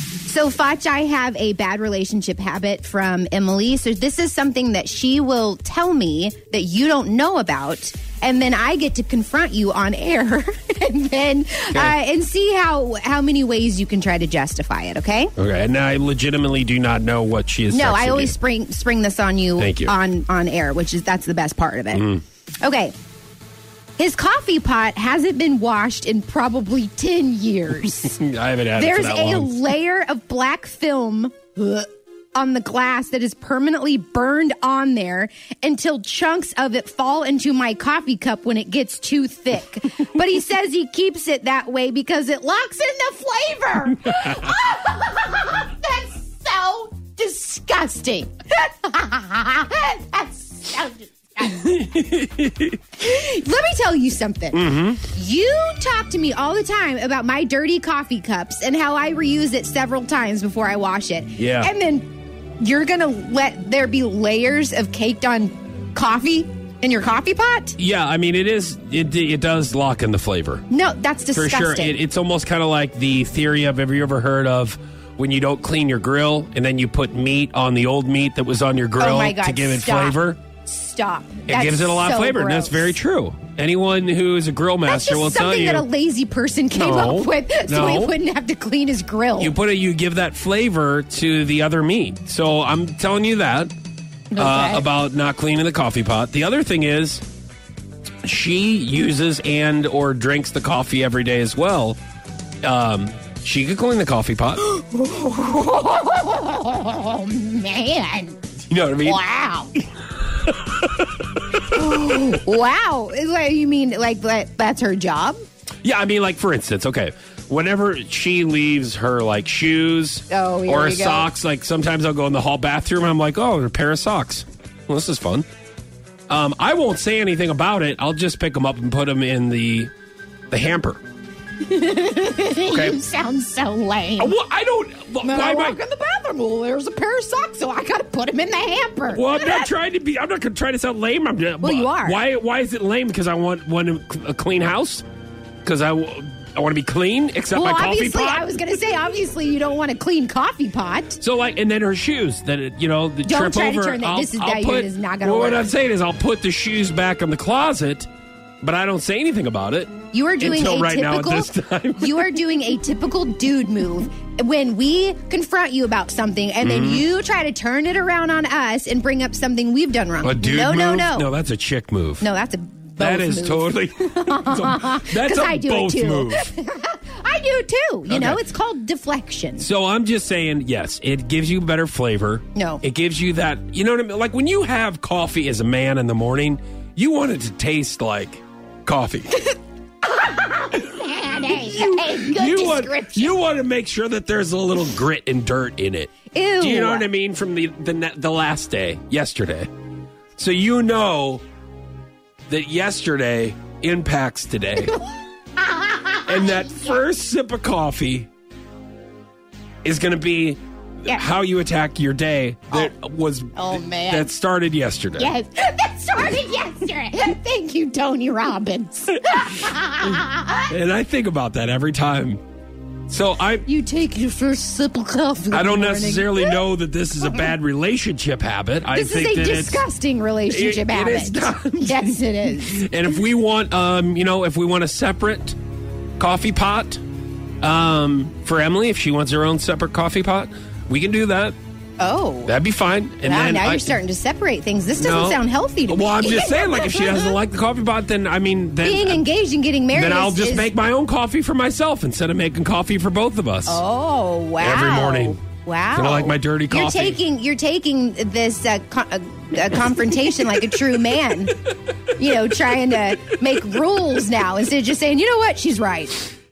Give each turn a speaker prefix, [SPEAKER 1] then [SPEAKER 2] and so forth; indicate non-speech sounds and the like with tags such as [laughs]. [SPEAKER 1] So, Foch, I have a bad relationship habit from Emily. So, this is something that she will tell me that you don't know about. And then I get to confront you on air [laughs] and then uh, and see how, how many ways you can try to justify it, okay?
[SPEAKER 2] Okay, and I legitimately do not know what she is.
[SPEAKER 1] No,
[SPEAKER 2] texting
[SPEAKER 1] I
[SPEAKER 2] you.
[SPEAKER 1] always spring spring this on you,
[SPEAKER 2] Thank you. Mm.
[SPEAKER 1] on on air, which is that's the best part of it. Okay. His coffee pot hasn't been washed in probably 10
[SPEAKER 2] [laughs]
[SPEAKER 1] years.
[SPEAKER 2] I haven't had
[SPEAKER 1] There's
[SPEAKER 2] it for that
[SPEAKER 1] a
[SPEAKER 2] long.
[SPEAKER 1] layer of black film on the glass that is permanently burned on there until chunks of it fall into my coffee cup when it gets too
[SPEAKER 2] [laughs]
[SPEAKER 1] thick. but he says he keeps it that way because it locks in the flavor. [laughs]
[SPEAKER 2] [laughs]
[SPEAKER 1] That's so disgusting. [laughs] That's so disgusting. Let me tell you something.
[SPEAKER 2] Mm-hmm.
[SPEAKER 1] You talk to me all the time about my dirty coffee cups and how I reuse it several times before I wash it.
[SPEAKER 2] Yeah.
[SPEAKER 1] And then you're going to let there be layers of caked on coffee in your coffee pot?
[SPEAKER 2] Yeah, I mean it is. It it does lock in the flavor
[SPEAKER 1] No, that's
[SPEAKER 2] for
[SPEAKER 1] disgusting.
[SPEAKER 2] sure. It, it's almost kind of like the theory of have you ever heard of when you don't clean your grill and then you put meat on the old meat that was on your grill
[SPEAKER 1] oh my God.
[SPEAKER 2] to give it
[SPEAKER 1] stop.
[SPEAKER 2] flavor.
[SPEAKER 1] Stop.
[SPEAKER 2] It gives it a lot of flavor. and That's very true. Anyone who is a grill
[SPEAKER 1] That's
[SPEAKER 2] master
[SPEAKER 1] just
[SPEAKER 2] will tell
[SPEAKER 1] something
[SPEAKER 2] you.
[SPEAKER 1] that a lazy person came
[SPEAKER 2] No,
[SPEAKER 1] up with [laughs] so he
[SPEAKER 2] no.
[SPEAKER 1] wouldn't have to clean his grill.
[SPEAKER 2] you put it. You give that flavor to the other meat. So I'm telling you that. uh,
[SPEAKER 1] Okay.
[SPEAKER 2] about not cleaning the coffee pot. The other thing is she uses and or drinks the coffee every day as well. Um, she could clean the coffee pot. [gasps] You
[SPEAKER 1] oh, man.
[SPEAKER 2] know what I mean? [laughs]
[SPEAKER 1] Wow. wow. Is what you mean like that, that's her job?
[SPEAKER 2] Yeah, I mean, like for instance, okay, whenever she leaves her like shoes
[SPEAKER 1] Oh, here
[SPEAKER 2] or
[SPEAKER 1] we go.
[SPEAKER 2] socks, like sometimes I'll go in the hall bathroom and I'm like, oh, a pair of socks. Well, this is fun. Um, I won't say anything about it. I'll just pick them up and put them in the the hamper.
[SPEAKER 1] you sound so lame.
[SPEAKER 2] Well, Uh, I don't.
[SPEAKER 1] Then
[SPEAKER 2] Oh, why
[SPEAKER 1] I
[SPEAKER 2] am I-
[SPEAKER 1] walk in the bathroom. Well, there's a pair of socks, so I gotta put them in the hamper.
[SPEAKER 2] Well, I'm not trying to be. I'm not going to try to sound lame. I'm just,
[SPEAKER 1] Well, you are.
[SPEAKER 2] Why? Why is it lame? Because I want one a clean house. Because I, w- I want to be clean, except
[SPEAKER 1] Well,
[SPEAKER 2] my coffee
[SPEAKER 1] obviously,
[SPEAKER 2] pot.
[SPEAKER 1] I was gonna say, obviously, you don't want a clean coffee pot.
[SPEAKER 2] so like, and then her shoes. That it, you know, the
[SPEAKER 1] Don't
[SPEAKER 2] trip
[SPEAKER 1] try to
[SPEAKER 2] over.
[SPEAKER 1] turn that-
[SPEAKER 2] I'll,
[SPEAKER 1] this is-
[SPEAKER 2] I'll
[SPEAKER 1] that
[SPEAKER 2] put,
[SPEAKER 1] is not gonna
[SPEAKER 2] well, What
[SPEAKER 1] work.
[SPEAKER 2] I'm saying is, I'll put the shoes back in the closet, but I don't say anything about it.
[SPEAKER 1] You are doing
[SPEAKER 2] Until
[SPEAKER 1] a
[SPEAKER 2] right now at
[SPEAKER 1] typical.
[SPEAKER 2] this time.
[SPEAKER 1] [laughs] you are doing a typical dude move when we confront you about something and then
[SPEAKER 2] Mm-hmm.
[SPEAKER 1] you try to turn it around on us and bring up something we've done wrong. no, no, no,
[SPEAKER 2] No, that's a chick move.
[SPEAKER 1] No, that's a both
[SPEAKER 2] that is
[SPEAKER 1] move.
[SPEAKER 2] totally. [laughs] that's a,
[SPEAKER 1] [laughs]
[SPEAKER 2] that's
[SPEAKER 1] 'Cause
[SPEAKER 2] a
[SPEAKER 1] I do it
[SPEAKER 2] both
[SPEAKER 1] too.
[SPEAKER 2] move.
[SPEAKER 1] [laughs] I do too. You know,
[SPEAKER 2] Okay.
[SPEAKER 1] it's called [laughs] deflection.
[SPEAKER 2] So I'm just saying, yes, it gives you better flavor.
[SPEAKER 1] No.
[SPEAKER 2] It gives you that, you know what I mean? Like when you have coffee as a man in the morning, you want it to taste like
[SPEAKER 1] [laughs]
[SPEAKER 2] coffee. you, want, you want to make sure that there's a little grit and dirt in it.
[SPEAKER 1] Ew.
[SPEAKER 2] Do you know what I mean? From the, the, ne- the last day, yesterday. So you know that yesterday
[SPEAKER 1] [laughs]
[SPEAKER 2] impacts today. and that first sip of coffee is going to be
[SPEAKER 1] Yeah.
[SPEAKER 2] how you attack your day that was
[SPEAKER 1] Oh, man.
[SPEAKER 2] that started yesterday.
[SPEAKER 1] [laughs] Yes, that started yesterday. [laughs] Thank you, Tony Robbins.
[SPEAKER 2] And I think about that every time. So I
[SPEAKER 1] you take your first sip of coffee.
[SPEAKER 2] I don't
[SPEAKER 1] in the morning.
[SPEAKER 2] necessarily know that this is a bad relationship habit. I
[SPEAKER 1] This
[SPEAKER 2] think
[SPEAKER 1] is a
[SPEAKER 2] that it's
[SPEAKER 1] disgusting relationship
[SPEAKER 2] it
[SPEAKER 1] habit.
[SPEAKER 2] is
[SPEAKER 1] [laughs]
[SPEAKER 2] not.
[SPEAKER 1] yes, it is.
[SPEAKER 2] and if we want um you know if we want a separate coffee pot um for Emily if she wants her own separate coffee pot, we can do that.
[SPEAKER 1] Oh.
[SPEAKER 2] That'd be fine. And
[SPEAKER 1] Wow,
[SPEAKER 2] then
[SPEAKER 1] now
[SPEAKER 2] I-
[SPEAKER 1] you're starting to separate things. This doesn't
[SPEAKER 2] No.
[SPEAKER 1] sound healthy to me.
[SPEAKER 2] Well,
[SPEAKER 1] [laughs]
[SPEAKER 2] I'm just saying, like, if she doesn't like the coffee pot, then I mean, then
[SPEAKER 1] being engaged and getting married,
[SPEAKER 2] then I'll
[SPEAKER 1] is-
[SPEAKER 2] just
[SPEAKER 1] is-
[SPEAKER 2] make my own coffee for myself instead of making coffee for both of us.
[SPEAKER 1] Oh wow!
[SPEAKER 2] Every morning.
[SPEAKER 1] Wow!
[SPEAKER 2] Kinda like my dirty
[SPEAKER 1] You're
[SPEAKER 2] coffee.
[SPEAKER 1] taking you're taking this uh, co- uh, uh, confrontation like a true man. You know, trying to make rules now instead of just saying, you know what, she's right.